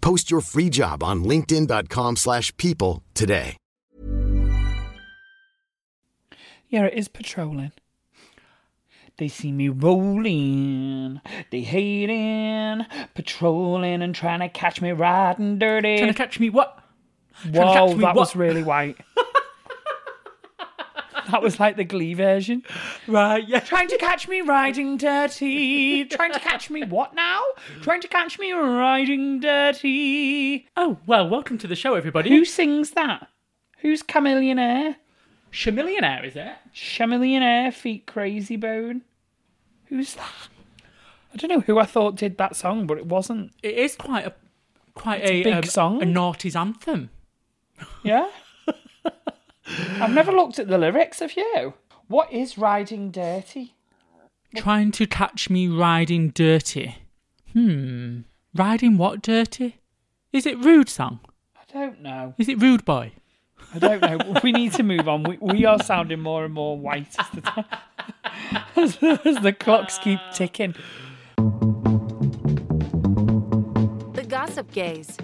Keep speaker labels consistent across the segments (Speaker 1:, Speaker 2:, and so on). Speaker 1: Post your free job on linkedin.com/people slash people today.
Speaker 2: Yeah, it is patrolling. They see me rolling, they hating, patrolling and trying to catch me riding dirty.
Speaker 3: Trying to catch me what?
Speaker 2: Whoa,
Speaker 3: Trying to catch me
Speaker 2: that
Speaker 3: what?
Speaker 2: was really white. that was like the Glee version.
Speaker 3: Right, yeah.
Speaker 2: Trying to catch me riding dirty. Trying to catch me what now? Trying to catch me riding dirty.
Speaker 3: Oh, well, welcome to the show, everybody.
Speaker 2: Who sings that? Who's Chameleonaire?
Speaker 3: Chamillionaire, is it?
Speaker 2: Chameleonaire feat Crazy Bone. Who's that? I don't know who I thought did that song, but it wasn't.
Speaker 3: It is quite a quite
Speaker 2: It's a
Speaker 3: a,
Speaker 2: big
Speaker 3: um,
Speaker 2: song.
Speaker 3: a naughty's anthem.
Speaker 2: Yeah? I've never looked at the lyrics, have you? What is riding dirty?
Speaker 3: Trying to catch me riding dirty. Hmm. Riding what dirty? Is it rude song?
Speaker 2: I don't know.
Speaker 3: Is it rude boy?
Speaker 2: I don't know. we need to move on. We, we are sounding more and more white as the, time, as, the- as the clocks keep ticking.
Speaker 4: The Gossip Gaze.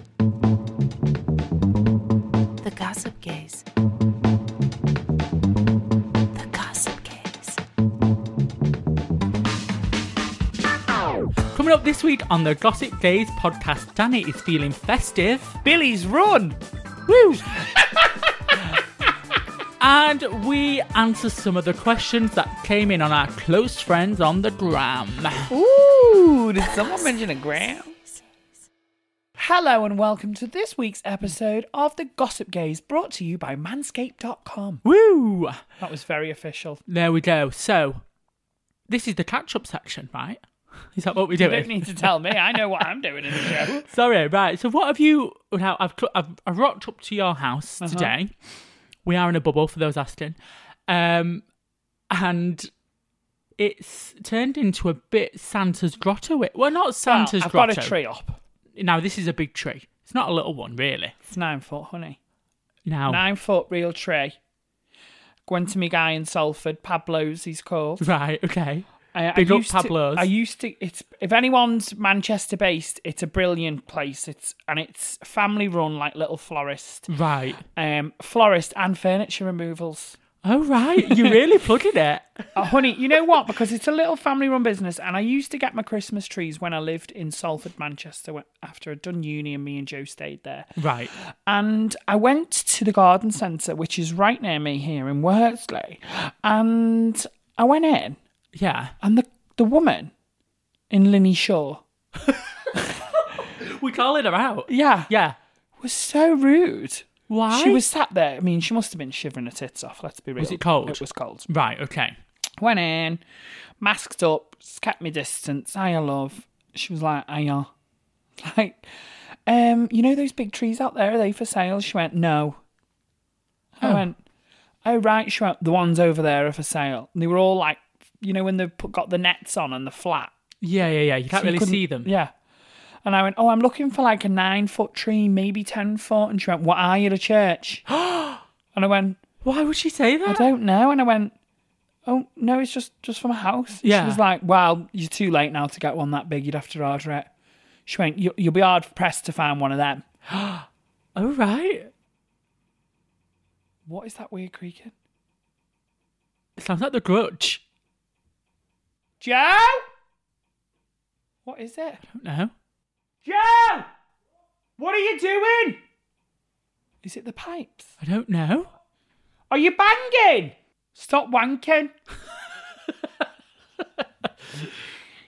Speaker 4: The Gossip Gaze. The Gossip Gaze.
Speaker 3: Coming up this week on the Gossip Days podcast, Danny is feeling festive.
Speaker 2: Billy's run!
Speaker 3: Woo! and we answer some of the questions that came in on our close friends on the gram.
Speaker 2: Ooh, did someone mention a gram? Hello and welcome to this week's episode of The Gossip Gaze, brought to you by manscaped.com.
Speaker 3: Woo!
Speaker 2: That was very official.
Speaker 3: There we go. So, this is the catch up section, right? Is that what we're
Speaker 2: You
Speaker 3: doing?
Speaker 2: don't need to tell me. I know what I'm doing in the show.
Speaker 3: Sorry, right. So, what have you. Now, I've, cl- I've, I've rocked up to your house
Speaker 2: Uh-huh.
Speaker 3: today. We are in a bubble for those asking. Um, and it's turned into a bit Santa's grotto. Well, not
Speaker 2: Well,
Speaker 3: Santa's
Speaker 2: I've got
Speaker 3: grotto.
Speaker 2: a tree up.
Speaker 3: Now, this is a big tree. It's not a little one, really.
Speaker 2: It's nine foot, honey.
Speaker 3: Now,
Speaker 2: Nine foot real tree. Went to me guy in Salford, Pablo's, he's called.
Speaker 3: right, okay.
Speaker 2: I,
Speaker 3: Big up
Speaker 2: used to-
Speaker 3: Pablo's.
Speaker 2: I used to. It's if anyone's Manchester based, it's a brilliant place. It's and it's family run, like little florist,
Speaker 3: Right.
Speaker 2: um, florist and furniture removals.
Speaker 3: Oh, right. You're really plugging it.
Speaker 2: Uh, honey, you know what? Because it's a little family run business, and I used to get my Christmas trees when I lived in Salford, Manchester, when- after I'd done uni and me and Joe stayed there.
Speaker 3: Right.
Speaker 2: And I went to the garden centre, which is right near me here in Worsley, and I went in,
Speaker 3: Yeah.
Speaker 2: and the, the woman in Linney Shaw,
Speaker 3: We're calling her out.
Speaker 2: yeah,
Speaker 3: Yeah.
Speaker 2: was so rude.
Speaker 3: Why?
Speaker 2: She was sat there. I mean, she must have been shivering her tits off. Let's be real.
Speaker 3: it cold?
Speaker 2: It was cold.
Speaker 3: Right, okay.
Speaker 2: Went in, um, masked up, kept me distance. I love. She was like, "Hiya," like, um, you know those big trees out there? Are they for sale? She went, "No." I went, "Oh right." She went, "The ones over there are for sale." And they were all like, you know, when they put, got the nets on and the flat.
Speaker 3: Yeah, yeah, yeah. You can't
Speaker 2: So you
Speaker 3: really
Speaker 2: couldn't-
Speaker 3: see them.
Speaker 2: Yeah. And I went, oh, I'm looking for like a nine foot tree, maybe ten foot. And she went, what are you, the church? and I went,
Speaker 3: Why would she say
Speaker 2: I
Speaker 3: that?
Speaker 2: don't know. And I went, oh no, it's just just for my house. And
Speaker 3: Yeah.
Speaker 2: She was like, well, you're too late now to get one that big. You'd have to order it. She went, you, you'll be hard pressed to find one of them.
Speaker 3: Oh, right.
Speaker 2: What is that weird creaking?
Speaker 3: It sounds like the grudge.
Speaker 2: Joe, what is it?
Speaker 3: I don't know.
Speaker 2: Joe, what are you doing? Is it the pipes?
Speaker 3: I don't know.
Speaker 2: Are you banging? Stop wanking.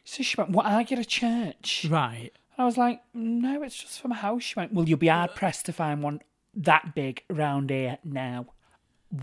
Speaker 2: so she went, What are you at a church?
Speaker 3: Right.
Speaker 2: I was like, No, it's just from a house. She went, Well, you'll be hard pressed to find one that big round here now.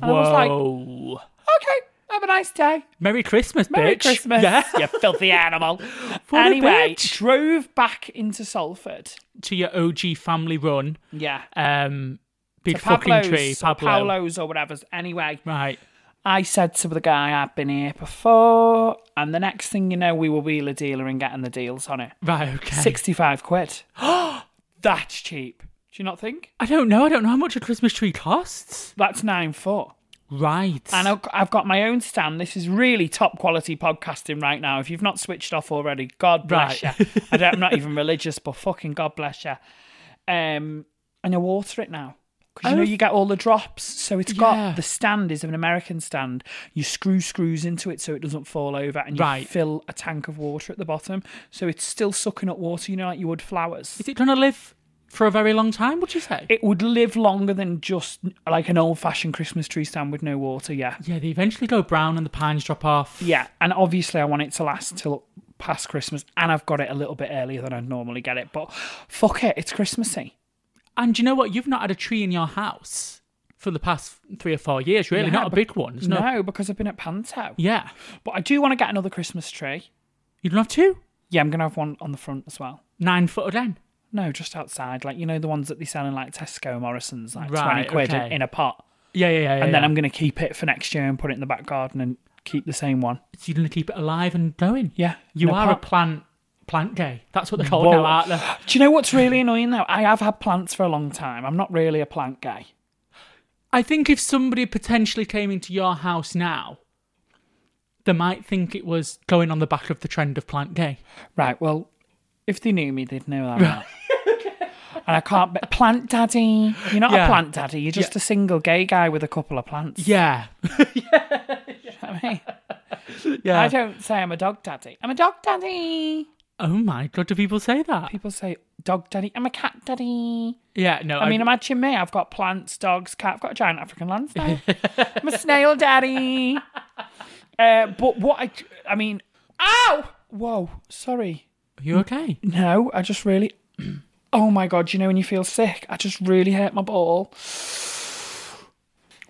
Speaker 2: I was like-
Speaker 3: Whoa.
Speaker 2: Okay, have a nice day.
Speaker 3: Merry Christmas,
Speaker 2: Merry
Speaker 3: bitch.
Speaker 2: Christmas,
Speaker 3: Yeah.
Speaker 2: you filthy animal.
Speaker 3: For the
Speaker 2: anyway,
Speaker 3: bitch.
Speaker 2: drove back into Salford.
Speaker 3: To your OG family run.
Speaker 2: Yeah.
Speaker 3: Um, big
Speaker 2: to
Speaker 3: fucking
Speaker 2: Pablo's
Speaker 3: tree,
Speaker 2: or
Speaker 3: Pablo.
Speaker 2: Paolo's or whatever. Anyway,
Speaker 3: Right.
Speaker 2: I said to the guy, I've been here before. And the next thing you know, we were wheeler dealer and getting the deals on it.
Speaker 3: Right. Okay.
Speaker 2: 65 quid. That's cheap. Do you not think?
Speaker 3: I don't know. I don't know how much a Christmas tree costs.
Speaker 2: That's nine foot.
Speaker 3: Right.
Speaker 2: And I've- I've got my own stand. This is really top quality podcasting right now. If you've not switched off already, God bless
Speaker 3: Right.
Speaker 2: you. I don't, I'm not even religious, but fucking God bless you. Um, and I water it now. Because you know
Speaker 3: Oh.
Speaker 2: you get all the drops. So it's
Speaker 3: Yeah.
Speaker 2: got the stand is an American stand. You screw screws into it so it doesn't fall over and you
Speaker 3: Right.
Speaker 2: fill a tank of water at the bottom. So it's still sucking up water, you know, like you would flowers.
Speaker 3: Is it going to live for a very long time? Would you say?
Speaker 2: It would live longer than just like an old fashioned Christmas tree stand with no water, yeah.
Speaker 3: yeah. They eventually go brown and the pines drop off.
Speaker 2: Yeah, and obviously I want it to last till past Christmas, and I've got it a little bit earlier than I'd normally get it. But fuck it, it's Christmassy.
Speaker 3: And you know what? You've not had a tree in your house for the past three or four years. Really,
Speaker 2: Yeah,
Speaker 3: not a
Speaker 2: but-
Speaker 3: big one. It's
Speaker 2: No,
Speaker 3: not-
Speaker 2: because I've been at Panto.
Speaker 3: Yeah.
Speaker 2: But I do want to get another Christmas tree.
Speaker 3: You don't have two.
Speaker 2: Yeah, I'm gonna have one on the front as well.
Speaker 3: Nine foot again.
Speaker 2: No, just outside, like you know the ones that they sell in like Tesco, Morrison's, like twenty
Speaker 3: Right,
Speaker 2: quid in-
Speaker 3: okay.
Speaker 2: in a pot.
Speaker 3: Yeah, yeah, yeah. yeah,
Speaker 2: and then
Speaker 3: yeah.
Speaker 2: I'm gonna keep it for next year and put it in the back garden and keep the same one.
Speaker 3: So you're going to keep it alive and going.
Speaker 2: Yeah,
Speaker 3: You
Speaker 2: in a
Speaker 3: are a
Speaker 2: pot.
Speaker 3: plant plant gay. That's what they're called
Speaker 2: Whoa.
Speaker 3: now, aren't they?
Speaker 2: Do you know what's really annoying though? I have had plants for a long time. I'm not really a plant guy.
Speaker 3: I think if somebody potentially came into your house now, they might think it was going on the back of the trend of plant gay.
Speaker 2: Right. Well, if they knew me, they'd know that. And I can't be plant daddy. You're not a
Speaker 3: Yeah.
Speaker 2: plant daddy. You're just a single gay guy with a couple of plants.
Speaker 3: Yeah.
Speaker 2: I, mean,
Speaker 3: Yeah.
Speaker 2: I don't say I'm a dog daddy. I'm a dog daddy.
Speaker 3: Oh my god, do people say that?
Speaker 2: People say dog daddy. I'm a cat daddy.
Speaker 3: Yeah, no.
Speaker 2: I mean, imagine me. I've got plants, dogs, cat. I've got a giant African landscape. I'm a snail daddy. Uh, but what I, I mean, ow! Whoa, sorry.
Speaker 3: Are you okay?
Speaker 2: No, I just really. Oh my god! You know when you feel sick, I just really hurt my ball.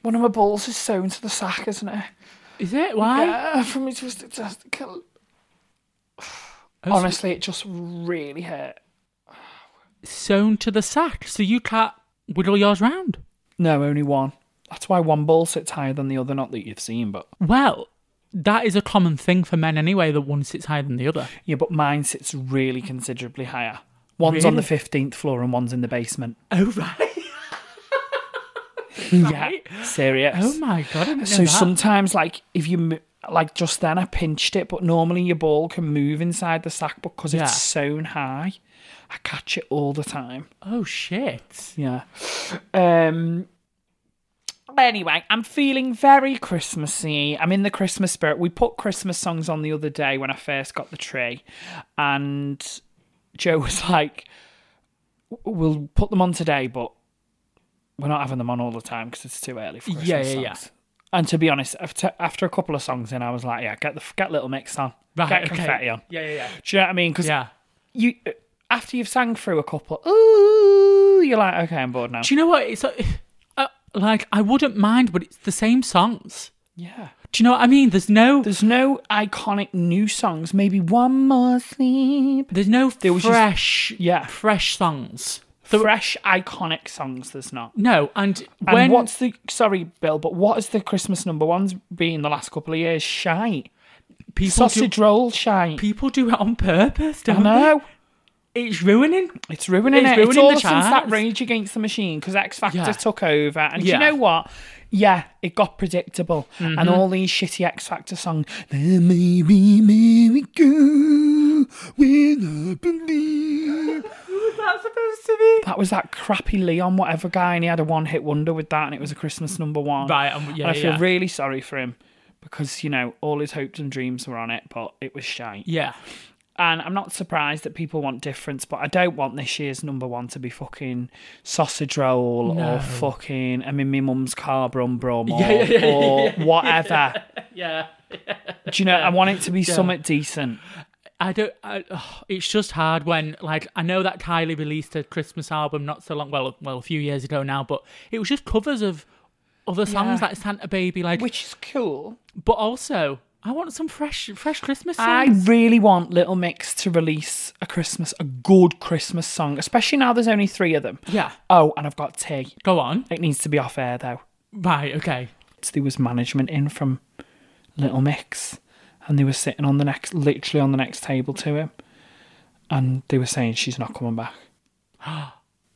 Speaker 2: One of my balls is sewn to the sack, isn't it?
Speaker 3: Is it? Why?
Speaker 2: Yeah, from my twisted testicle.
Speaker 3: Oh, so-
Speaker 2: Honestly, it just really hurt.
Speaker 3: sewn to the sack, so you can't whittle yours round.
Speaker 2: No, only one. That's why one ball sits higher than the other. Not that you've seen, but
Speaker 3: Well, that is a common thing for men anyway, that one sits higher than the other.
Speaker 2: yeah, but mine sits really considerably higher. One's on the
Speaker 3: Really?
Speaker 2: fifteenth floor and one's in the basement.
Speaker 3: Oh right.
Speaker 2: Yeah, serious.
Speaker 3: Oh my god. I didn't know
Speaker 2: So
Speaker 3: that.
Speaker 2: sometimes, like if you mo- like just then, I pinched it, but normally your ball can move inside the sack because
Speaker 3: Yeah.
Speaker 2: it's sewn high. I catch it all the time.
Speaker 3: Oh shit.
Speaker 2: Yeah. Um. Anyway, I'm feeling very Christmassy. I'm in the Christmas spirit. We put Christmas songs on the other day when I first got the tree, and Joe was like, "We'll put them on today, but we're not having them on all the time because it's too early for Christmas
Speaker 3: Yeah, yeah, yeah.
Speaker 2: songs." And to be honest, after, after a couple of songs in, I was like, "Yeah, get the get little mix on,
Speaker 3: Right.
Speaker 2: get
Speaker 3: okay.
Speaker 2: confetti on."
Speaker 3: Yeah, yeah, yeah.
Speaker 2: Do you know what I mean? Because
Speaker 3: Yeah.
Speaker 2: you uh, after you've sang through a couple, ooh, you're like, okay, I'm bored now.
Speaker 3: Do you know what? It's like, uh, like I wouldn't mind, but it's the same songs.
Speaker 2: Yeah.
Speaker 3: Do you know what I mean? There's no,
Speaker 2: There's no iconic new songs. Maybe one more sleep.
Speaker 3: there's no
Speaker 2: There was just-
Speaker 3: fresh,
Speaker 2: yeah.
Speaker 3: fresh songs.
Speaker 2: Fresh iconic songs. There's not.
Speaker 3: No, and
Speaker 2: And
Speaker 3: when
Speaker 2: what's the sorry, Bill, but what has the Christmas number ones been the last couple of years? Shite.
Speaker 3: people
Speaker 2: Sausage
Speaker 3: do,
Speaker 2: roll shite.
Speaker 3: people do it on purpose,
Speaker 2: I
Speaker 3: don't
Speaker 2: know.
Speaker 3: they? It's ruining.
Speaker 2: It's ruining
Speaker 3: It's
Speaker 2: it. it's
Speaker 3: ruining
Speaker 2: all
Speaker 3: the
Speaker 2: since that
Speaker 3: charts.
Speaker 2: Rage Against the Machine because X Factor
Speaker 3: Yeah.
Speaker 2: took over. And do
Speaker 3: Yeah. Mm-hmm.
Speaker 2: you know what? Yeah, it got predictable. And all these shitty X Factor songs. There may be merry go when I believe.
Speaker 3: Who's that supposed to be?
Speaker 2: That was that crappy Leon, whatever guy, and he had a one hit wonder with that, and it was a Christmas number one.
Speaker 3: Right, um, yeah,
Speaker 2: and I feel
Speaker 3: yeah.
Speaker 2: really sorry for him because, you know, all his hopes and dreams were on it, but it was shite.
Speaker 3: Yeah,
Speaker 2: And I'm not surprised that people want difference, but I don't want this year's number one to be fucking sausage roll
Speaker 3: No.
Speaker 2: or fucking I mean my mum's car brum brum or,
Speaker 3: Yeah, yeah, yeah, yeah,
Speaker 2: or whatever.
Speaker 3: Yeah.
Speaker 2: Do you know? I want it to be somewhat decent.
Speaker 3: I don't. I, ugh, it's just hard when, like, I know that Kylie released a Christmas album not so long, well, well, a few years ago now, but it was just covers of other songs
Speaker 2: Yeah.
Speaker 3: like Santa Baby, like.
Speaker 2: Which is cool.
Speaker 3: but also, I want some fresh, fresh Christmas
Speaker 2: I
Speaker 3: songs.
Speaker 2: really want Little Mix to release a Christmas, a good Christmas song, especially now there's only three of them.
Speaker 3: yeah.
Speaker 2: Oh, and I've got tea.
Speaker 3: Go on.
Speaker 2: It needs to be off air though.
Speaker 3: Right. Okay.
Speaker 2: There was management in from Little Mix, and they were sitting on the next, literally on the next table to him, and they were saying she's not coming back.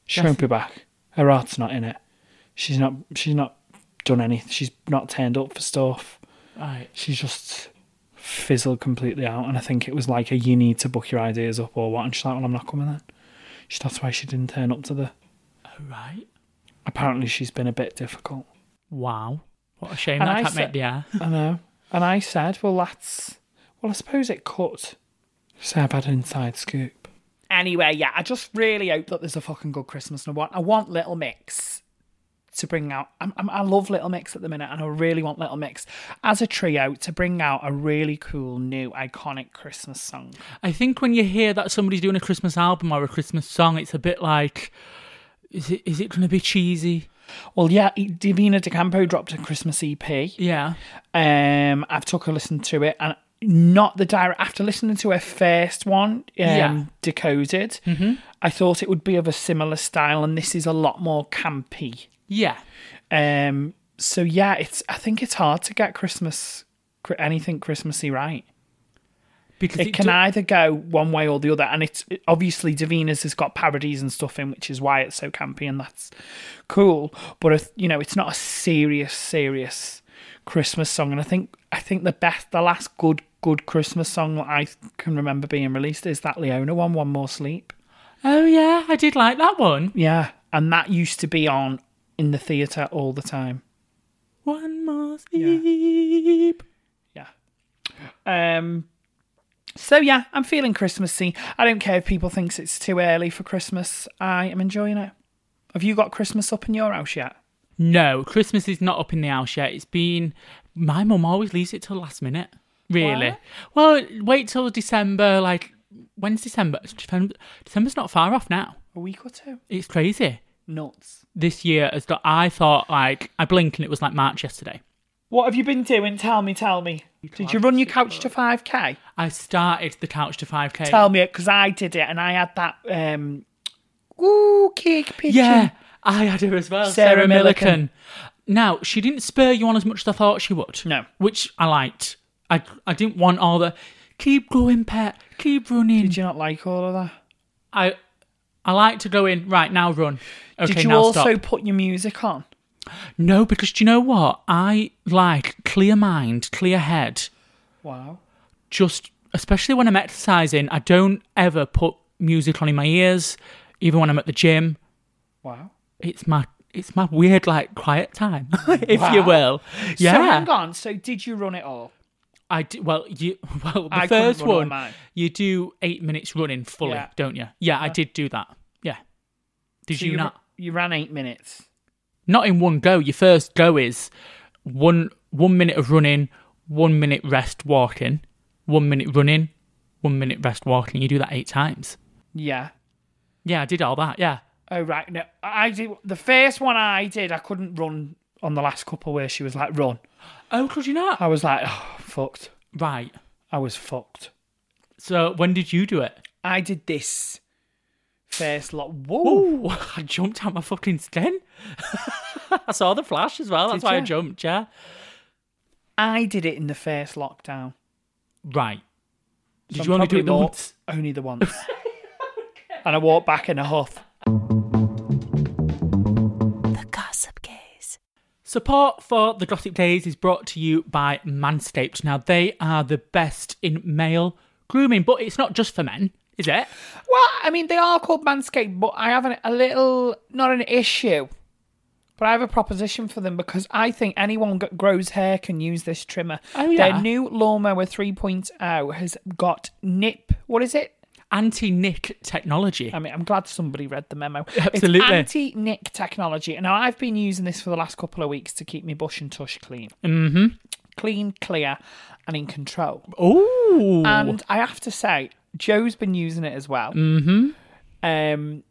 Speaker 2: she won't be back. Her heart's not in it. She's not. She's not done anything. She's not turned up for stuff.
Speaker 3: Right.
Speaker 2: she just fizzled completely out. And I think it was like a you need to book your ideas up or what. And she's like, well, I'm not coming then. She, that's why she didn't turn up to the.
Speaker 3: oh, Right.
Speaker 2: Apparently, she's been a bit difficult.
Speaker 3: Wow. What a shame
Speaker 2: And
Speaker 3: that
Speaker 2: I
Speaker 3: I can't
Speaker 2: said-
Speaker 3: make the air.
Speaker 2: I know. And I said, well, that's. Well, I suppose it cut. So I've had an inside scoop. Anyway, yeah, I just really hope that there's a fucking good Christmas. And I want, I want Little Mix to bring out. I'm, I'm, I love Little Mix at the minute, and I really want Little Mix as a trio to bring out a really cool, new, iconic Christmas song.
Speaker 3: I think when you hear that somebody's doing a Christmas album or a Christmas song, it's a bit like, is it is it going to be cheesy?
Speaker 2: Well, yeah, Divina De Campo dropped a Christmas E EP.
Speaker 3: Yeah.
Speaker 2: Um, I've took a listen to it, and not the direct after listening to her first one, um,
Speaker 3: Yeah.
Speaker 2: Decoded. I thought it would be of a similar style, and this is a lot more campy.
Speaker 3: Yeah.
Speaker 2: Um, so yeah, it's I think it's hard to get Christmas cri- anything Christmassy right.
Speaker 3: Because
Speaker 2: It can
Speaker 3: do-
Speaker 2: either go one way or the other, and it's it- obviously Davina's has got parodies and stuff in, which is why it's so campy, and that's cool. But if- you know, it's not a serious, serious Christmas song, and I think I think the best, the last good, good Christmas song that I can remember being released is that Leona one, One More Sleep.
Speaker 3: Oh yeah, I did like that one.
Speaker 2: Yeah, and that used to be on in the theatre all the time.
Speaker 3: One more sleep.
Speaker 2: yeah. Um. So yeah, I'm feeling Christmassy. I don't care if people thinks it's too early for Christmas. I am enjoying it. Have you got Christmas up in your house yet?
Speaker 3: No, Christmas is not up in the house yet. It's been my mum always leaves it till the last minute. Really? Well, wait till December. Like when's December? It's December? December's not far off now.
Speaker 2: A week or two?
Speaker 3: It's crazy.
Speaker 2: Nuts.
Speaker 3: This year has got. I thought like I blinked and it was like March yesterday.
Speaker 2: What have you been doing? Tell me, tell me. Did you run your couch to 5k?
Speaker 3: I started the couch to five k.
Speaker 2: Tell me it because I did it and I had that um ooh cake picture.
Speaker 3: Yeah, I had her as well.
Speaker 2: Sarah
Speaker 3: Sarah,
Speaker 2: Millican.
Speaker 3: Millican. Now she didn't spur you on as much as I thought she would.
Speaker 2: No.
Speaker 3: which I liked. I I didn't want all the keep going, pet, keep running.
Speaker 2: Did you not like all of that?
Speaker 3: I I like to go in right now. Run. Okay,
Speaker 2: did you
Speaker 3: now
Speaker 2: also
Speaker 3: stop.
Speaker 2: put your music on?
Speaker 3: No, because do you know what? I like clear mind, clear head.
Speaker 2: Wow.
Speaker 3: Just especially when I'm exercising, I don't ever put music on in my ears, even when I'm at the gym.
Speaker 2: Wow.
Speaker 3: It's my it's my weird like quiet time, if you will. Yeah.
Speaker 2: So hang on. So did you run it all?
Speaker 3: I do, well, you well the
Speaker 2: I couldn't
Speaker 3: first
Speaker 2: run on
Speaker 3: one
Speaker 2: mine.
Speaker 3: you do eight minutes running fully,
Speaker 2: Yeah.
Speaker 3: don't you? Yeah, I did do that. Yeah, did
Speaker 2: So
Speaker 3: you,
Speaker 2: you
Speaker 3: not?
Speaker 2: You ran eight minutes.
Speaker 3: Not in one go. Your first go is one one minute of running, one minute rest walking, one minute running, one minute rest walking. You do that eight times.
Speaker 2: Yeah.
Speaker 3: Yeah, I did all that. Yeah,
Speaker 2: Oh right, no, I did the first one I did. I couldn't run on the last couple where she was like, "Run."
Speaker 3: oh, could you not?
Speaker 2: I was like, oh, "Fucked."
Speaker 3: Right.
Speaker 2: I was fucked.
Speaker 3: So when did you do it?
Speaker 2: I did this first lot. Whoa,
Speaker 3: Oh, I jumped out my fucking skin. I saw the flash as well. That's
Speaker 2: Did
Speaker 3: why I
Speaker 2: ya?
Speaker 3: jumped. Yeah.
Speaker 2: I did it in the first lockdown.
Speaker 3: Right. Did
Speaker 2: So
Speaker 3: you
Speaker 2: I'm
Speaker 3: only do
Speaker 2: probably
Speaker 3: it the
Speaker 2: more-
Speaker 3: once?
Speaker 2: Only the once. And I walked back in a huff.
Speaker 4: The Gossip Gaze.
Speaker 3: Support for the Gossip Days is brought to you by Manscaped. Now they are the best in male grooming, but it's not just for men, is it?
Speaker 2: Well, I mean, they are called Manscaped, but I have an, a little, not an issue But I have a proposition for them because I think anyone that grows hair can use this trimmer.
Speaker 3: Oh, yeah.
Speaker 2: Their new lawnmower 3.0 has got nip. What is it?
Speaker 3: Anti nick technology.
Speaker 2: I mean, I'm glad somebody read the memo.
Speaker 3: Absolutely.
Speaker 2: It's anti-nick technology. And Now, I've been using this for the last couple of weeks to keep my bush and tush clean. Mm-hmm. Clean, clear, and in control.
Speaker 3: Ooh.
Speaker 2: And I have to say, Joe's been using it as well. Mm-hmm. Um,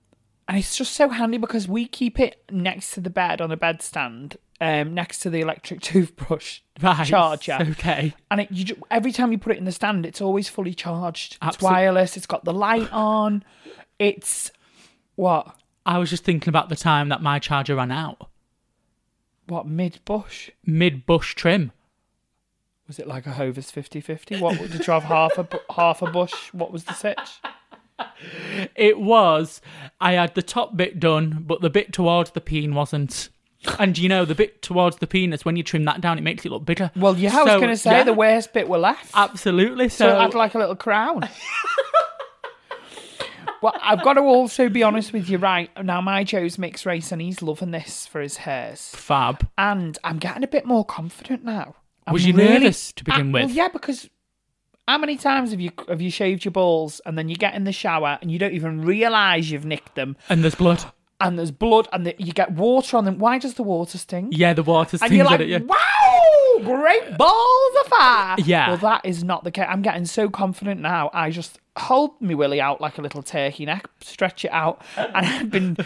Speaker 2: and it's just so handy because we keep it next to the bed on a bed stand, um, next to the electric toothbrush
Speaker 3: right.
Speaker 2: charger.
Speaker 3: Okay.
Speaker 2: And it, you ju- every time you put it in the stand, it's always fully charged. It's
Speaker 3: Absolute-
Speaker 2: wireless. It's got the light on. It's what
Speaker 3: I was just thinking about the time that my charger ran out.
Speaker 2: what mid bush
Speaker 3: Mid bush trim.
Speaker 2: was it like a Hovis 50-50? What did you have half a bu- half a bush? What was the sitch?
Speaker 3: It was. I had the top bit done, but the bit towards the peen wasn't. And you know, the bit towards the penis, when you trim that down, it makes it look bigger.
Speaker 2: Well, yeah, I was
Speaker 3: So,
Speaker 2: going to say
Speaker 3: yeah,
Speaker 2: the worst bit were left.
Speaker 3: Absolutely. So,
Speaker 2: So I'd like a little crown. well, I've got to also be honest with you, right? Now, my Joe's mixed race and he's loving this for his hairs.
Speaker 3: fab.
Speaker 2: And I'm getting a bit more confident now. I'm
Speaker 3: Was you nervous to begin
Speaker 2: Ah,
Speaker 3: with?
Speaker 2: Well, yeah, because how many times have you have you shaved your balls and then you get in the shower and you don't even realise you've nicked them
Speaker 3: And there's blood.
Speaker 2: and there's blood and the, you get water on them? Why does the water sting?
Speaker 3: Yeah, the water
Speaker 2: and
Speaker 3: stings
Speaker 2: you're
Speaker 3: at
Speaker 2: like,
Speaker 3: it. Yeah.
Speaker 2: wow, great balls of fire.
Speaker 3: Yeah.
Speaker 2: Well, that is not the case. I'm getting so confident now. I just hold me willy out like a little turkey neck, stretch it out, and I've been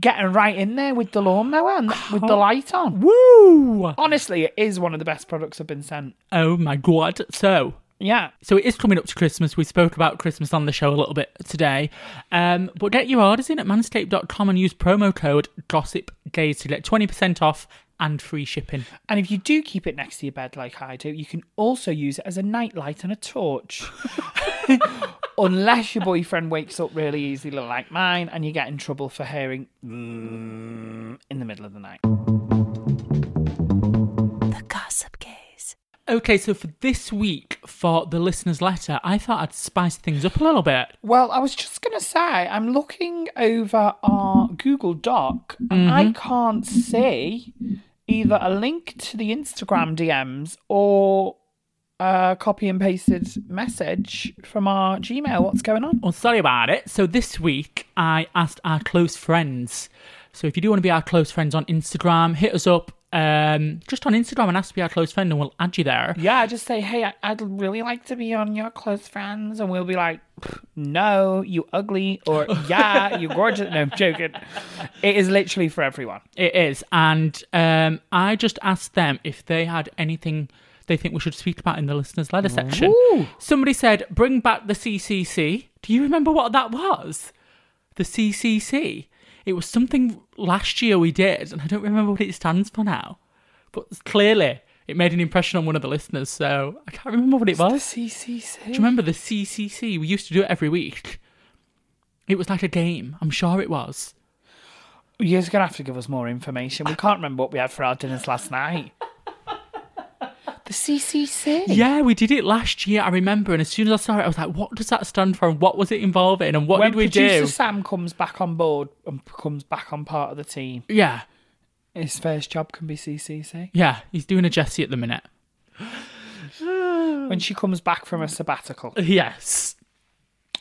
Speaker 2: getting right in there with the lawnmower and with the light on.
Speaker 3: Woo!
Speaker 2: Honestly, it is one of the best products I've been sent.
Speaker 3: Oh my god. So,
Speaker 2: Yeah.
Speaker 3: so it is coming up to Christmas. We spoke about Christmas on the show a little bit today. Um, but get your orders in at manscaped.com and use promo code Gossip Days to get 20% off and free shipping.
Speaker 2: And if you do keep it next to your bed like I do, you can also use it as a nightlight and a torch. Unless your boyfriend wakes up really easily like mine and you get in trouble for hearing "Mm," in the middle of the night.
Speaker 4: The Gossip Gaze.
Speaker 3: Okay, so for this week, for the listener's letter, I thought I'd spice things up a little bit.
Speaker 2: Well, I was just going to say, I'm looking over our Google Doc and I can't see either a link to the Instagram DMs or a copy and pasted message from our Gmail. What's going on?
Speaker 3: Well, sorry about it. So this week, I asked our close friends. So if you do want to be our close friends on Instagram, hit us up um, just on Instagram and ask to be our close friend, and we'll add you there.
Speaker 2: Yeah, just say, hey, I- I'd really like to be on your close friends. And we'll be like, "Pff, no, you ugly, or yeah, you gorgeous. No, I'm joking. It is literally for everyone.
Speaker 3: It is, and um, I just asked them if they had anything they think we should speak about in the listeners' letter section. Somebody said, "Bring back the CCC." Do you remember what that was? The CCC. It was something last year we did, and I don't remember what it stands for now. But clearly, it made an impression on one of the listeners, so I can't remember what it was.
Speaker 2: CCC.
Speaker 3: Do you remember the CCC? We used to do it every week. It was like a game. I'm sure it was.
Speaker 2: You're going to have to give us more information. We can't remember what we had for our dinners last night. The CCC.
Speaker 3: Yeah, we did it last year. I remember, and as soon as I saw it, I was like, "What does that stand for? And what was it involving? And what
Speaker 2: when
Speaker 3: did we
Speaker 2: producer
Speaker 3: do?"
Speaker 2: Sam comes back on board and comes back on part of the team,
Speaker 3: Yeah,
Speaker 2: his first job can be CCC.
Speaker 3: yeah, he's doing a Jesse at the minute.
Speaker 2: When she comes back from a sabbatical.
Speaker 3: Yes,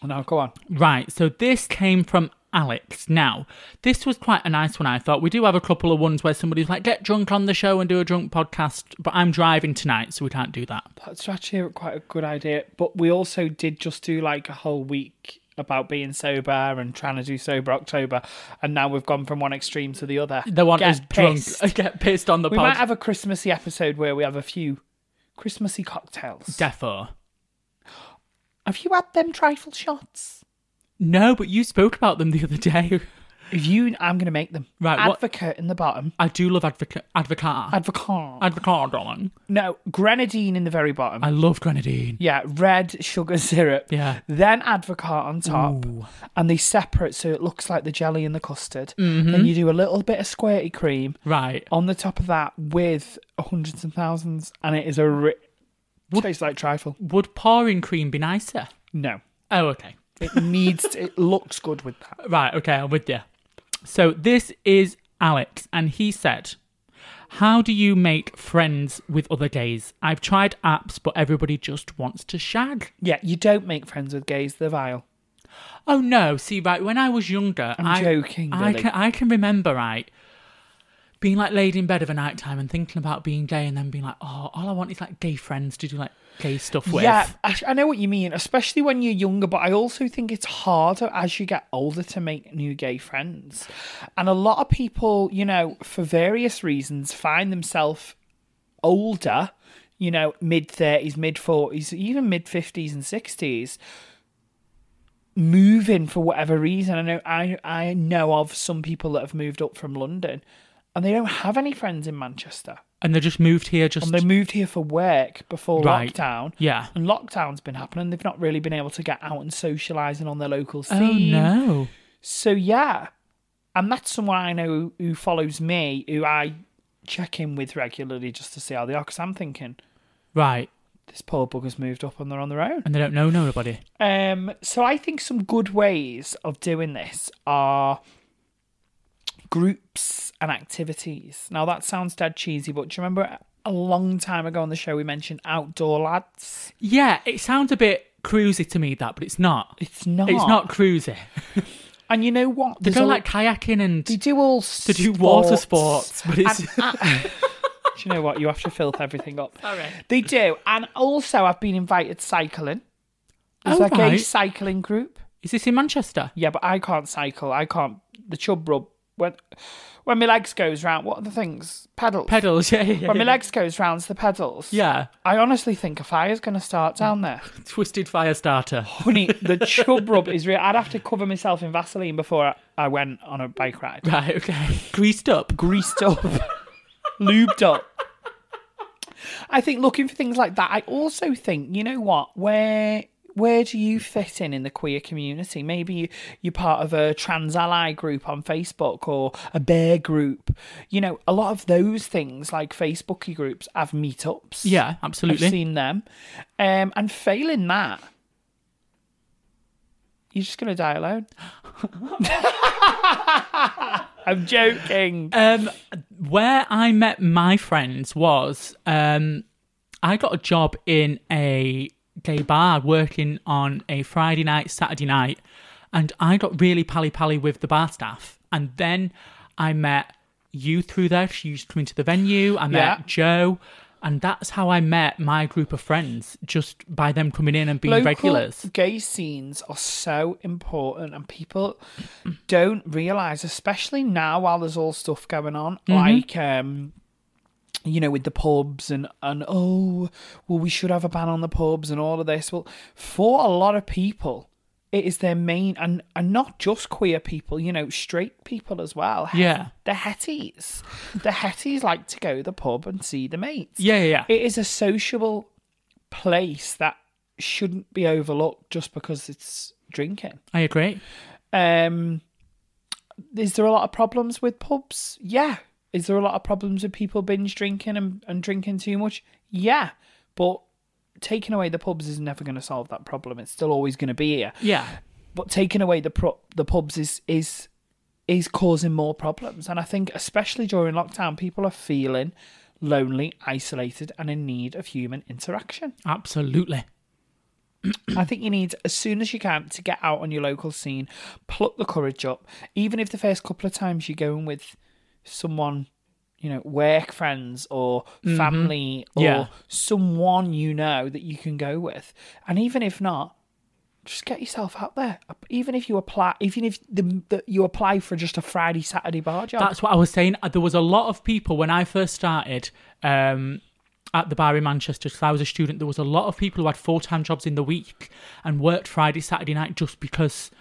Speaker 2: Now, go on.
Speaker 3: right. So this came from Alex. Now, this was quite a nice one. I thought we do have a couple of ones where somebody's like, "Get drunk on the show and do a drunk podcast," but I'm driving tonight, so we can't do that.
Speaker 2: That's actually quite a good idea. But we also did just do like a whole week about being sober and trying to do sober October, and now we've gone from one extreme to the other.
Speaker 3: The one
Speaker 2: Get
Speaker 3: is drunk.
Speaker 2: pissed.
Speaker 3: Get pissed on the
Speaker 2: We
Speaker 3: pod.
Speaker 2: might have a Christmassy episode where we have a few Christmassy cocktails.
Speaker 3: Defo.
Speaker 2: have you had them trifle shots?
Speaker 3: No, but you spoke about them the other day.
Speaker 2: If you, I'm going to make them.
Speaker 3: Right, what-
Speaker 2: Advocate in the bottom.
Speaker 3: I do love advocate. Advocate.
Speaker 2: Advocate.
Speaker 3: advocate, darling.
Speaker 2: no, grenadine in the very bottom.
Speaker 3: I love grenadine.
Speaker 2: yeah, red sugar syrup.
Speaker 3: Yeah.
Speaker 2: Then advocate on top, and they separate so it looks like the jelly and the custard. Then you do a little bit of squirty cream
Speaker 3: Right.
Speaker 2: on the top of that with hundreds and thousands, and it is a ri- tastes like trifle.
Speaker 3: Would pouring cream be nicer?
Speaker 2: No,
Speaker 3: Oh, okay.
Speaker 2: it needs. to- it looks good with that.
Speaker 3: Right, okay, I'm with you. So this is Alex, and he said, How do you make friends with other gays? I've tried apps, but everybody just wants to shag.
Speaker 2: Yeah, you don't make friends with gays, they're vile.
Speaker 3: Oh no! See, right when I was younger,
Speaker 2: I'm
Speaker 3: I-
Speaker 2: joking,
Speaker 3: I
Speaker 2: Billy.
Speaker 3: can I can remember right being like laid in bed of a night time and thinking about being gay, and then being like, oh, all I want is like gay friends to do like gay stuff with.
Speaker 2: Yeah, I, I know what you mean, especially when you're younger, but I also think it's harder as you get older to make new gay friends. And a lot of people, you know, for various reasons, find themselves older, you know, mid 30s, mid 40s, even mid 50s and 60s. Moving for whatever reason, I know I I know of some people that have moved up from London, and they don't have any friends in Manchester.
Speaker 3: and they just moved here just
Speaker 2: And they moved here for work before
Speaker 3: Right.
Speaker 2: lockdown.
Speaker 3: Yeah.
Speaker 2: And lockdown's been happening. They've not really been able to get out and socialise and on their local scene.
Speaker 3: Oh no!
Speaker 2: So, yeah. And that's someone I know who follows me, who I check in with regularly just to see how they are. Because I'm thinking,
Speaker 3: Right,
Speaker 2: this poor bugger's moved up and they're on their own.
Speaker 3: and they don't know nobody.
Speaker 2: Um, so I think some good ways of doing this are groups and activities. Now that sounds dead cheesy, but do you remember a long time ago on the show we mentioned outdoor lads?
Speaker 3: Yeah, it sounds a bit cruisy to me that, but it's not.
Speaker 2: It's not.
Speaker 3: It's not cruisy.
Speaker 2: And you know what?
Speaker 3: They
Speaker 2: There's
Speaker 3: go
Speaker 2: a-
Speaker 3: like kayaking and
Speaker 2: they do all
Speaker 3: they do water sports, but it's
Speaker 2: Do you know what? You have to filth everything up. They do, and also I've been invited cycling. There's
Speaker 3: Oh,
Speaker 2: like a
Speaker 3: right.
Speaker 2: cycling group.
Speaker 3: is this in Manchester?
Speaker 2: Yeah, but I can't cycle. I can't. The chub rub when when my legs goes round. What are the things? Pedals.
Speaker 3: Pedals, yeah, yeah, yeah.
Speaker 2: When my
Speaker 3: yeah.
Speaker 2: legs goes round to the pedals.
Speaker 3: Yeah,
Speaker 2: I honestly think a fire's going to start down there.
Speaker 3: twisted fire starter.
Speaker 2: Honey, the chub rub is real. I'd have to cover myself in Vaseline before I- I went on a bike ride.
Speaker 3: Right, okay. Greased up.
Speaker 2: greased up, lubed up. I think looking for things like that. I also think, you know what, where where do you fit in in the queer community? Maybe you, you're part of a trans ally group on Facebook or a bear group. You know, a lot of those things, like Facebooky groups, have meetups.
Speaker 3: Yeah, absolutely.
Speaker 2: I've seen them. Um, and failing that, you're just going to die alone. I'm joking.
Speaker 3: Um, where I met my friends was um, I got a job in a gay bar working on a Friday night, Saturday night, and I got really pally pally with the bar staff. And then I met you through there. She used to come into the venue. I met
Speaker 2: Yeah.
Speaker 3: Joe. And that's how I met my group of friends, just by them coming in and being
Speaker 2: Local
Speaker 3: regulars.
Speaker 2: Gay scenes are so important, and people don't realize, especially now while there's all stuff going on,
Speaker 3: Mm-hmm.
Speaker 2: like um, you know, with the pubs and and oh, well, we should have a ban on the pubs and all of this. Well, for a lot of people. It is their main, and, and not just queer people, you know, straight people as well.
Speaker 3: Yeah.
Speaker 2: The hetties. The hetties like to go to the pub and see the mates.
Speaker 3: Yeah, yeah, yeah.
Speaker 2: It is a sociable place that shouldn't be overlooked just because it's drinking.
Speaker 3: I agree.
Speaker 2: Um, is there a lot of problems with pubs? Yeah. Is there a lot of problems with people binge drinking and, and drinking too much? Yeah. But taking away the pubs is never going to solve that problem. It's still always going to be here.
Speaker 3: Yeah.
Speaker 2: But taking away the pro- the pubs is is is causing more problems. And I think especially during lockdown, people are feeling lonely, isolated, and in need of human interaction.
Speaker 3: Absolutely.
Speaker 2: I think you need, as soon as you can, to get out on your local scene, pluck the courage up. Even if the first couple of times you're going with someone, you know, work friends or family or
Speaker 3: Mm-hmm. Yeah.
Speaker 2: someone you know that you can go with. And even if not, just get yourself out there. Even if you apply, even if the, the, you apply for just a Friday, Saturday bar job.
Speaker 3: That's what I was saying. Uh, There was a lot of people when I first started um, at the bar in Manchester, because I was a student, there was a lot of people who had full time jobs in the week and worked Friday, Saturday night just because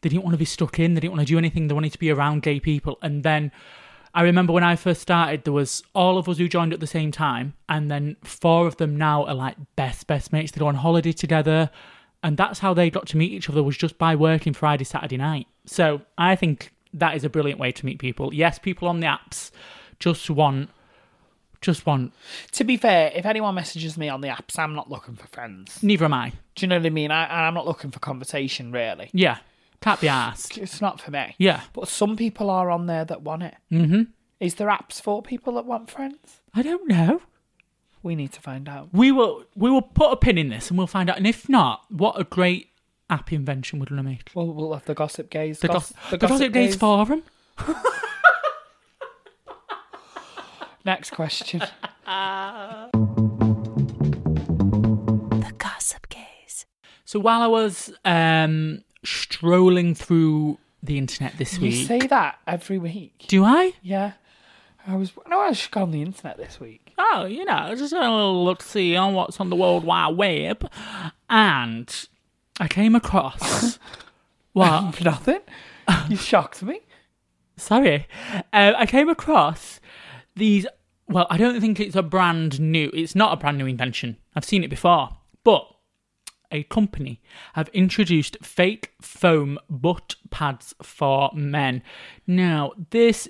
Speaker 3: they didn't want to be stuck in, they didn't want to do anything, they wanted to be around gay people. And then I remember when I first started, there was all of us who joined at the same time, and then four of them now are like best, best mates. They go on holiday together. And that's how they got to meet each other was just by working Friday, Saturday night. So I think that is a brilliant way to meet people. Yes, people on the apps just want, just want.
Speaker 2: to be fair, if anyone messages me on the apps, I'm not looking for friends.
Speaker 3: Neither am I.
Speaker 2: Do you know what I mean? I, and I'm not looking for conversation really.
Speaker 3: Yeah, Can't be asked.
Speaker 2: It's not for me.
Speaker 3: Yeah.
Speaker 2: But some people are on there that want it.
Speaker 3: Mm-hmm.
Speaker 2: Is there apps for people that want friends?
Speaker 3: I don't know.
Speaker 2: We need to find out.
Speaker 3: We will we will put a pin in this and we'll find out. And if not, what a great app invention would Luna make?
Speaker 2: Well, we'll have the Gossip Gaze.
Speaker 3: The,
Speaker 2: Goss-
Speaker 3: gossip, the gossip, Days forum.
Speaker 2: Next question.
Speaker 4: The Gossip Gaze.
Speaker 3: So while I was um, strolling through the internet this
Speaker 2: you
Speaker 3: week,
Speaker 2: say that every week.
Speaker 3: do I?
Speaker 2: Yeah. I was. No, I was just on the internet this week.
Speaker 3: Oh, you know, just had a little look see on what's on the World Wide Web, and I came across what
Speaker 2: Nothing. You shocked me.
Speaker 3: Sorry. Uh, I came across these. Well, I don't think it's a brand new. It's not a brand new invention. I've seen it before. But a company have introduced fake foam butt pads for men. Now, this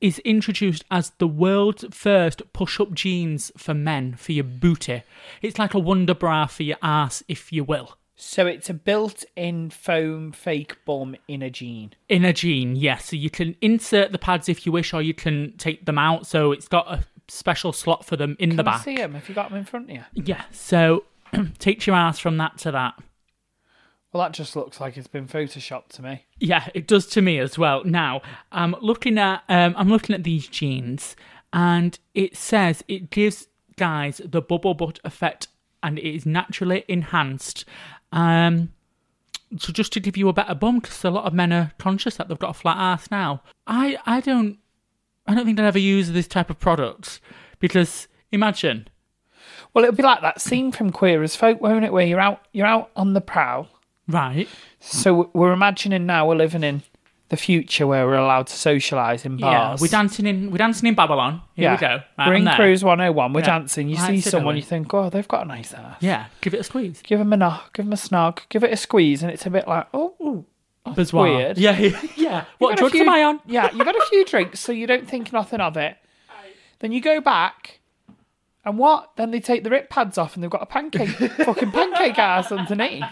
Speaker 3: is introduced as the world's first push-up jeans for men for your booty. It's like a wonder bra for your ass, if you will.
Speaker 2: So it's a built-in foam fake bum in a jean.
Speaker 3: in a jean, yes. So you can insert the pads if you wish, or you can take them out. So it's got a special slot for them in the
Speaker 2: Can I
Speaker 3: back.
Speaker 2: see him? Have you got him in front of you?
Speaker 3: Yeah. So takes your ass from that to that.
Speaker 2: Well, that just looks like it's been photoshopped to me.
Speaker 3: Yeah, it does to me as well. Now I'm looking at um, I'm looking at these jeans, and it says it gives guys the bubble butt effect, and it is naturally enhanced. Um, so just to give you a better bum, because a lot of men are conscious that they've got a flat ass now. I I don't I don't think they'll ever use this type of product because imagine
Speaker 2: Well, it'll be like that scene from Queer as Folk, won't it? Where you're out, you're out on the prowl.
Speaker 3: right
Speaker 2: So we're imagining now we're living in the future where we're allowed to socialise in
Speaker 3: yeah
Speaker 2: bars.
Speaker 3: we're dancing in we're dancing in Babylon here we go
Speaker 2: we're
Speaker 3: Right, I'm
Speaker 2: in
Speaker 3: there.
Speaker 2: Cruise 101. We're
Speaker 3: Yeah.
Speaker 2: dancing. You
Speaker 3: Right,
Speaker 2: see
Speaker 3: so
Speaker 2: someone,
Speaker 3: going.
Speaker 2: you think, oh, they've got a nice ass.
Speaker 3: yeah give it a squeeze
Speaker 2: Give them a knock, give them a snog, give it a squeeze, and it's a bit like, oh, ooh, that's
Speaker 3: Bizarre.
Speaker 2: weird.
Speaker 3: Yeah, yeah. yeah.
Speaker 2: You've
Speaker 3: What
Speaker 2: got a
Speaker 3: drugs
Speaker 2: few-
Speaker 3: am I on?
Speaker 2: yeah, you've had a few drinks, so you don't think nothing of it. Then you go back, and what? Then they take the rip pads off, and they've got a pancake, fucking pancake ass underneath.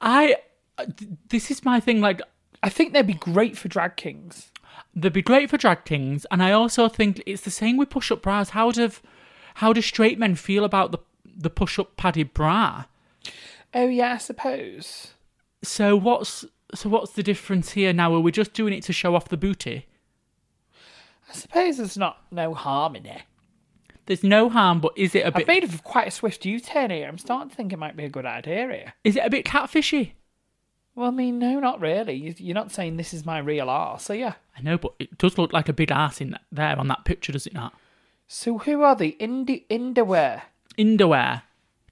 Speaker 3: I. uh, th- This is my thing. Like,
Speaker 2: I think they'd be great for drag kings.
Speaker 3: they'd be great for drag kings, and I also think it's the same with push-up bras. How do, how do straight men feel about the the push-up padded bra?
Speaker 2: Oh yeah, I suppose.
Speaker 3: So what's so what's the difference here now? Are we just doing it to show off the booty?
Speaker 2: I suppose there's not no harm in it.
Speaker 3: There's no harm, but is it a
Speaker 2: I've
Speaker 3: bit?
Speaker 2: made of quite a swift U-turn here. I'm starting to think it might be a good idea here.
Speaker 3: Is it a bit catfishy?
Speaker 2: Well, I mean, no, not really. You- You're not saying this is my real arse, so yeah.
Speaker 3: I know, but it does look like a big ass in that, there on that picture, does it not?
Speaker 2: So who are the indie underwear?
Speaker 3: Underwear.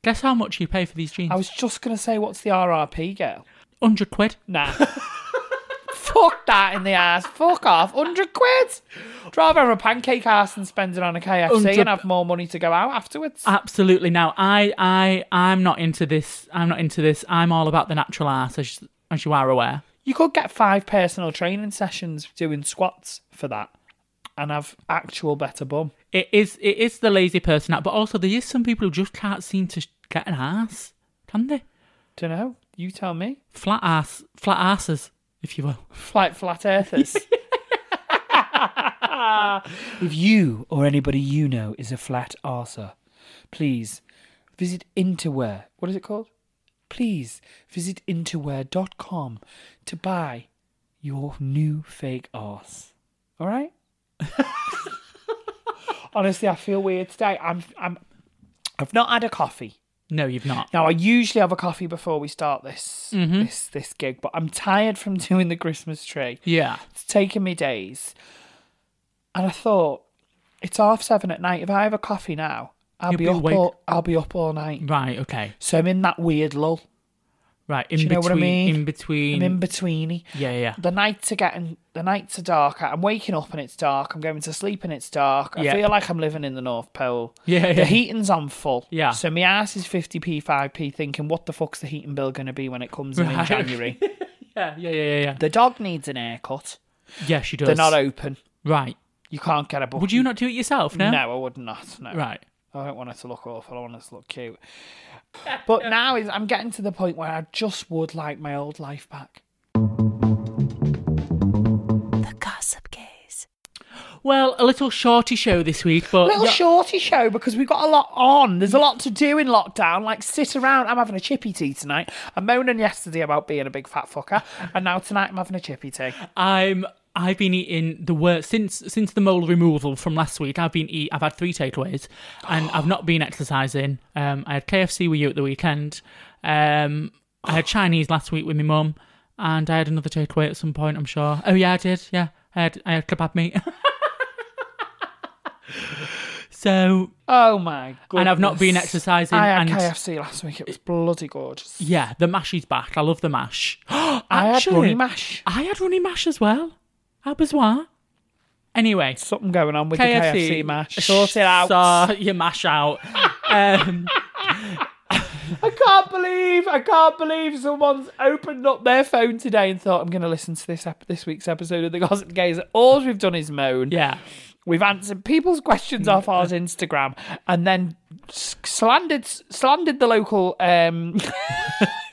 Speaker 3: Guess how much you pay for these jeans?
Speaker 2: I was just gonna say, what's the RRP girl?
Speaker 3: hundred quid.
Speaker 2: Nah. Fuck that in the ass. Fuck off. Hundred quid. I'd rather have a pancake ass and spend it on a KFC and
Speaker 3: 100
Speaker 2: have more money to go out afterwards.
Speaker 3: Ah. Absolutely. Now, I, I, I'm not into this. I'm not into this. I'm all about the natural ass, as, as you are aware.
Speaker 2: You could get five personal training sessions doing squats for that and have actual better bum.
Speaker 3: It is, it is the lazy person out, but also there is some people who just can't seem to get an ass, can they?
Speaker 2: Don't know. You tell me.
Speaker 3: Flat ass, flat asses, if you will.
Speaker 2: Flight flat earthers. if you or anybody you know is a flat arser, please visit Interwear. What is it called? Please visit interwear.com to buy your new fake arse. All right? Honestly, I feel weird today. I'm I'm I've not had a coffee.
Speaker 3: No, you've not.
Speaker 2: Now I usually have a coffee before we start this
Speaker 3: Mm-hmm.
Speaker 2: this this gig, but I'm tired from doing the Christmas tree.
Speaker 3: Yeah.
Speaker 2: It's taken me days, and I thought it's half seven at night. If I have a coffee now, I'll
Speaker 3: You'll
Speaker 2: be,
Speaker 3: be
Speaker 2: up.
Speaker 3: awake.
Speaker 2: All, I'll be up all night.
Speaker 3: Right. Okay.
Speaker 2: So I'm in that weird lull.
Speaker 3: Right. In
Speaker 2: Do you know
Speaker 3: between.
Speaker 2: what I mean?
Speaker 3: In between.
Speaker 2: I'm in betweeny.
Speaker 3: yeah. Yeah.
Speaker 2: The nights are getting the nights are darker. I'm waking up and it's dark. I'm going to sleep and it's dark. I
Speaker 3: Yeah.
Speaker 2: feel like I'm living in the North Pole.
Speaker 3: Yeah,
Speaker 2: The
Speaker 3: yeah.
Speaker 2: heating's on full.
Speaker 3: Yeah.
Speaker 2: So my ass is fifty p five p thinking what the fuck's the heating bill going to be when it comes in in
Speaker 3: Right.
Speaker 2: January.
Speaker 3: Yeah. Yeah. Yeah. Yeah.
Speaker 2: the dog needs an haircut.
Speaker 3: Yeah. yeah she does.
Speaker 2: They're not open.
Speaker 3: Right.
Speaker 2: You can't get a book.
Speaker 3: Would you not do it yourself? No.
Speaker 2: No, I would not. No.
Speaker 3: Right.
Speaker 2: I don't want it to look awful. I want it to look cute. But now is I'm getting to the point where I just would like my old life back.
Speaker 4: The Gossip Gaze.
Speaker 3: Well, a little shorty show this week, but
Speaker 2: Little
Speaker 3: Yeah.
Speaker 2: shorty show because we've got a lot on. There's a lot to do in lockdown. Like sit around. I'm having a chippy tea tonight. I'm moaning yesterday about being a big fat fucker, and now tonight I'm having a chippy tea.
Speaker 3: I'm I've been eating the worst since since the mole removal from last week. I've been eat. I've had three takeaways, and I've not been exercising. Um, I had KFC with you at the weekend. Um, I had Chinese last week with my mum, and I had another takeaway at some point. I'm sure. Oh yeah, I did. Yeah, I had I had kebab meat. so
Speaker 2: Oh my god!
Speaker 3: and I've not been exercising.
Speaker 2: I had
Speaker 3: and
Speaker 2: KFC last week. It was bloody gorgeous.
Speaker 3: yeah, the mash is back. I love the mash. Actually,
Speaker 2: I had runny mash.
Speaker 3: I had runny mash as well. How bizarre. Anyway,
Speaker 2: Something going on with
Speaker 3: KFC,
Speaker 2: the KFC mash. Sort it out.
Speaker 3: Sort your mash out. um,
Speaker 2: I can't believe I can't believe someone's opened up their phone today and thought I'm going to listen to this ep- this week's episode of the Gossip Gaze. All we've done is moan.
Speaker 3: yeah.
Speaker 2: We've answered people's questions off
Speaker 3: Mm.
Speaker 2: our Instagram and then s- slandered slandered the local um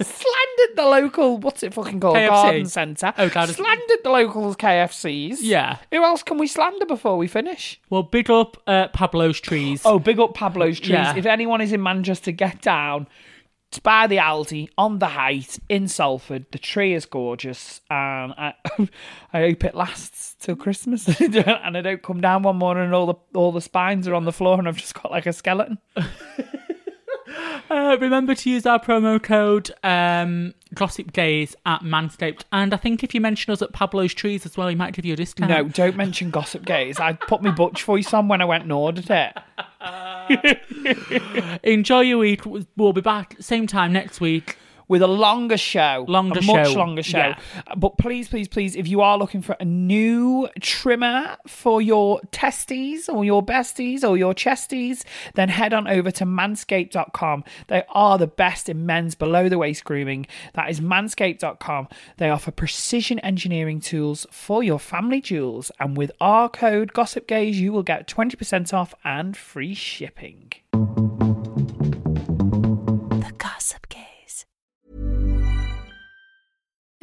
Speaker 2: slandered the local what's it fucking called
Speaker 3: KFC?
Speaker 2: garden centre.
Speaker 3: Oh, garden-
Speaker 2: slandered the local KFCs.
Speaker 3: Yeah.
Speaker 2: Who else can we slander before we finish?
Speaker 3: Well, big up uh, Pablo's trees.
Speaker 2: Oh, big up Pablo's trees.
Speaker 3: Yeah.
Speaker 2: If anyone is in Manchester, get down. It's by the Aldi on the height in Salford. The tree is gorgeous, and I, I hope it lasts till Christmas. and I don't come down one morning and all the all the spines are on the floor, and I've just got like a skeleton.
Speaker 3: Uh, remember to use our promo code um, Gossip Days at Manscaped. And I think if you mention us at Pablo's trees as well, he might give you a discount.
Speaker 2: No, don't mention Gossip Gaze. I put my butch voice on when I went and ordered it.
Speaker 3: Enjoy your week. We'll be back same time next week.
Speaker 2: with a longer show,
Speaker 3: Longer
Speaker 2: a much
Speaker 3: show,
Speaker 2: longer show.
Speaker 3: yeah.
Speaker 2: But please, please, please, if you are looking for a new trimmer for your testes or your besties or your chesties, then head on over to manscaped.com. They are the best in men's below the waist grooming. That is manscaped.com. They offer precision engineering tools for your family jewels, and with our code Gossip Gaze, you will get twenty percent off and free shipping.
Speaker 4: The Gossip Gaze.